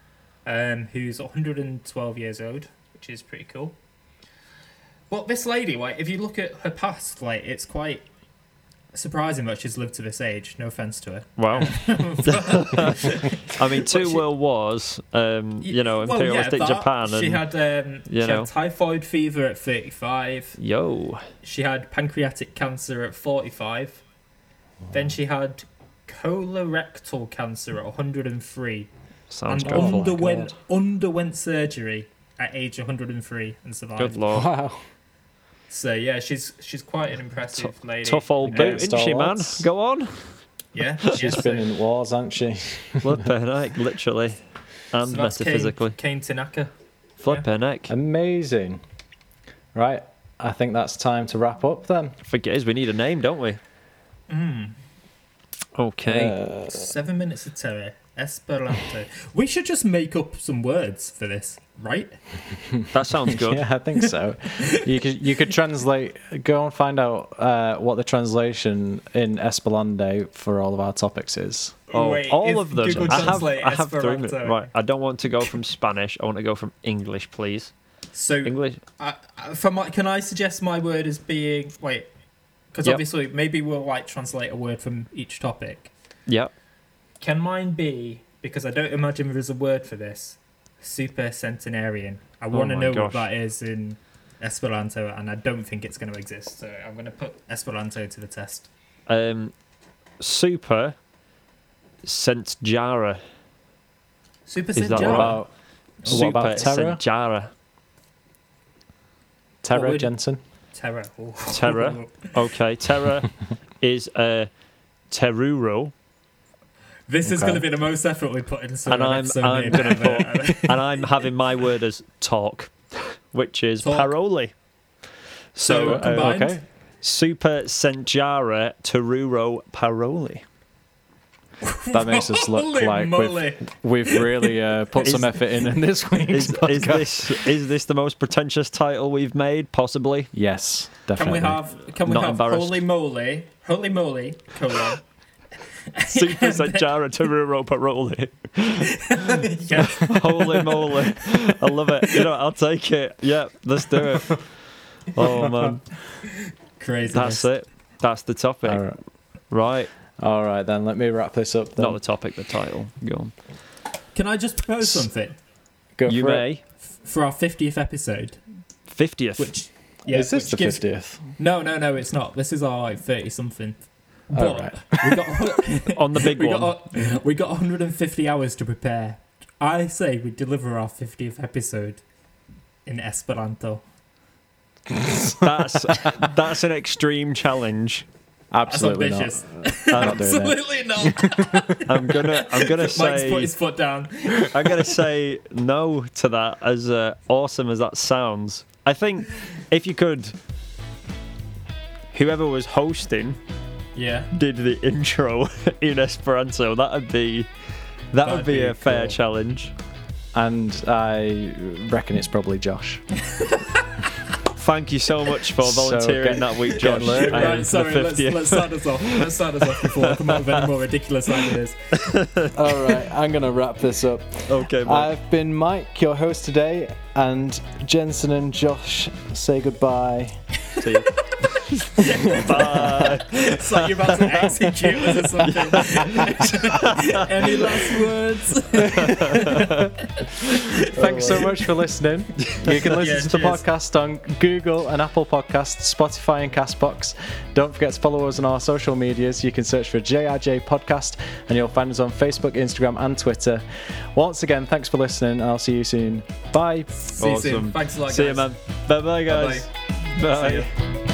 [SPEAKER 3] um, who's 112 years old, which is pretty cool. But this lady, like, if you look at her past, like, it's quite surprising that she's lived to this age. No offense to her.
[SPEAKER 2] Wow. I mean, two
[SPEAKER 3] she-
[SPEAKER 2] world wars. Um, you know,
[SPEAKER 3] Well, yeah,
[SPEAKER 2] imperialistic
[SPEAKER 3] that-
[SPEAKER 2] Japan and
[SPEAKER 3] She had, um,
[SPEAKER 2] you
[SPEAKER 3] she
[SPEAKER 2] know.
[SPEAKER 3] had typhoid fever at 35.
[SPEAKER 2] yo.
[SPEAKER 3] She had pancreatic cancer at 45. Then she had colorectal cancer at 103
[SPEAKER 2] Sounds
[SPEAKER 3] and
[SPEAKER 2] dreadful.
[SPEAKER 1] under-
[SPEAKER 3] underwent underwent surgery at age 103 and survived.
[SPEAKER 2] Good lord.
[SPEAKER 1] Wow.
[SPEAKER 3] So yeah, she's she's quite an impressive lady.
[SPEAKER 2] Tough old boot,
[SPEAKER 1] Against
[SPEAKER 2] isn't she,
[SPEAKER 1] all
[SPEAKER 2] man?
[SPEAKER 1] odds.
[SPEAKER 2] Go on.
[SPEAKER 3] Yeah, yeah,
[SPEAKER 1] She's
[SPEAKER 3] so-
[SPEAKER 1] been in wars, hasn't she?
[SPEAKER 2] Flippin' heck, literally.
[SPEAKER 3] so
[SPEAKER 2] And
[SPEAKER 3] that's Kane-
[SPEAKER 2] metaphysically.
[SPEAKER 3] Kane Tanaka.
[SPEAKER 2] Flippin' heck.
[SPEAKER 1] Amazing. Right, I think that's time to wrap up then.
[SPEAKER 2] I think it is. We need a name, don't we?
[SPEAKER 3] Hmm.
[SPEAKER 2] Okay.
[SPEAKER 1] Uh,
[SPEAKER 3] Seven minutes of terror. Esperanto. we should just make up some words for this, right?
[SPEAKER 2] that sounds good.
[SPEAKER 1] Yeah, I think so. you could you could translate. Go and find out uh, what the translation in Esperanto for all of our topics is.
[SPEAKER 2] Oh,
[SPEAKER 3] Wait, is
[SPEAKER 2] all of them.
[SPEAKER 3] Google
[SPEAKER 2] I have,
[SPEAKER 3] Translate
[SPEAKER 2] I have three minutes.
[SPEAKER 3] Esperanto?
[SPEAKER 2] Right. I don't want to go from Spanish. I want to go from English, please.
[SPEAKER 3] So
[SPEAKER 2] English.
[SPEAKER 3] I, I- for my, can I suggest my word as being wait? Because
[SPEAKER 2] Yep.
[SPEAKER 3] obviously, maybe we'll like translate a word from each topic.
[SPEAKER 2] Yep.
[SPEAKER 3] Can mine be because I don't imagine there's a word for this? Super centenarian. I want to
[SPEAKER 2] my
[SPEAKER 3] know
[SPEAKER 2] gosh.
[SPEAKER 3] what that is in Esperanto, and I don't think it's going to exist. So I'm going to put Esperanto to the test.
[SPEAKER 2] Um, super. Sentjara.
[SPEAKER 3] Super
[SPEAKER 2] Is
[SPEAKER 1] What
[SPEAKER 2] that Terra.
[SPEAKER 3] centenarian.
[SPEAKER 1] about
[SPEAKER 2] Super
[SPEAKER 1] what about Terra?
[SPEAKER 2] Sentjara.
[SPEAKER 1] Terra
[SPEAKER 3] would-
[SPEAKER 1] Jensen.
[SPEAKER 3] Terror. Ooh.
[SPEAKER 2] Terra. Okay. Terra is uh, Teruro.
[SPEAKER 3] This is
[SPEAKER 1] Okay.
[SPEAKER 3] going to be the most effort we put in. So
[SPEAKER 2] And I'm- I'm gonna
[SPEAKER 3] to
[SPEAKER 2] and I'm having my word as talk, which is
[SPEAKER 3] Talk.
[SPEAKER 2] parole. So,
[SPEAKER 3] So,
[SPEAKER 2] uh,
[SPEAKER 3] combined- Mind?
[SPEAKER 1] Okay.
[SPEAKER 2] Super Senjara Teruro Paroli.
[SPEAKER 1] That makes us look like we've, we've really uh, put
[SPEAKER 2] Is-
[SPEAKER 1] some effort in in this week's
[SPEAKER 2] Is, is
[SPEAKER 1] podcast.
[SPEAKER 2] this is this the most pretentious title we've made? Possibly.
[SPEAKER 1] Yes,
[SPEAKER 3] Can
[SPEAKER 1] definitely.
[SPEAKER 3] we have? Can we
[SPEAKER 2] Not
[SPEAKER 3] have?
[SPEAKER 2] embarrassed.
[SPEAKER 3] Holy moly! Holy moly! Colon.
[SPEAKER 2] Super Senjara Teruro Paroli.
[SPEAKER 3] yes.
[SPEAKER 2] Holy moly! I love it. You know, I'll take it. Yep, let's do it. Oh man,
[SPEAKER 3] Crazy.
[SPEAKER 2] that's it. That's the topic.
[SPEAKER 1] All right.
[SPEAKER 2] Right,
[SPEAKER 1] All right, then let me wrap this up. Then.
[SPEAKER 2] not the topic, the title. Go on.
[SPEAKER 3] Can I just propose something
[SPEAKER 1] Go
[SPEAKER 2] You
[SPEAKER 1] for it.
[SPEAKER 2] may.
[SPEAKER 3] for our fiftieth episode?
[SPEAKER 2] Fiftieth.
[SPEAKER 3] Which yeah,
[SPEAKER 1] is this
[SPEAKER 3] which
[SPEAKER 1] the
[SPEAKER 3] gives-
[SPEAKER 1] fiftieth?
[SPEAKER 3] No, no, no, it's not. This is our like thirty something.
[SPEAKER 1] All
[SPEAKER 3] But
[SPEAKER 1] right.
[SPEAKER 3] we got
[SPEAKER 2] on the big
[SPEAKER 3] we
[SPEAKER 2] one.
[SPEAKER 3] got we got 150 hours to prepare I say we deliver our 50th episode in Esperanto.
[SPEAKER 2] That's that's an extreme challenge.
[SPEAKER 1] Absolutely
[SPEAKER 3] That's
[SPEAKER 1] not.
[SPEAKER 3] ambitious.
[SPEAKER 1] I'm not doing that.
[SPEAKER 3] Absolutely not.
[SPEAKER 2] I'm gonna I'm gonna
[SPEAKER 3] Mike's put his
[SPEAKER 2] say
[SPEAKER 3] foot down.
[SPEAKER 2] I'm gonna say no to that. As uh, awesome as that sounds, I think if you could, whoever was hosting
[SPEAKER 3] Yeah.
[SPEAKER 2] did the intro in Esperanto. That would be that would
[SPEAKER 3] That'd
[SPEAKER 2] be,
[SPEAKER 3] be
[SPEAKER 2] a fair
[SPEAKER 3] cool.
[SPEAKER 2] challenge.
[SPEAKER 1] And I reckon it's probably Josh.
[SPEAKER 2] Thank you so much for
[SPEAKER 1] So
[SPEAKER 2] volunteering
[SPEAKER 1] get-
[SPEAKER 2] that week,
[SPEAKER 1] get
[SPEAKER 2] Josh.
[SPEAKER 1] learning.
[SPEAKER 2] I am
[SPEAKER 3] Right,
[SPEAKER 2] the
[SPEAKER 3] sorry, let's,
[SPEAKER 2] 50th.
[SPEAKER 3] let's start us off. Let's start us off before I come up with any more ridiculous ideas.
[SPEAKER 1] All right, I'm going to wrap this up.
[SPEAKER 2] Okay, mate.
[SPEAKER 1] I've been Mike, your host today, and Jensen and Josh say goodbye.
[SPEAKER 2] See you. Bye.
[SPEAKER 3] It's like you're about to execute us or something. any last words?
[SPEAKER 1] Thanks so much for listening. You can listen
[SPEAKER 3] Yeah,
[SPEAKER 1] to the
[SPEAKER 3] cheers.
[SPEAKER 1] podcast on Google and Apple Podcasts, Spotify, and Castbox. Don't forget to follow us on our social medias. You can search for JRJ Podcast, and you'll find us on Facebook, Instagram, and Twitter. Once again, thanks for listening. and I'll see you soon. Bye.
[SPEAKER 3] See you soon. Thanks a lot, guys.
[SPEAKER 2] See you, man. Bye, bye, guys.
[SPEAKER 3] See ya.
[SPEAKER 2] Bye.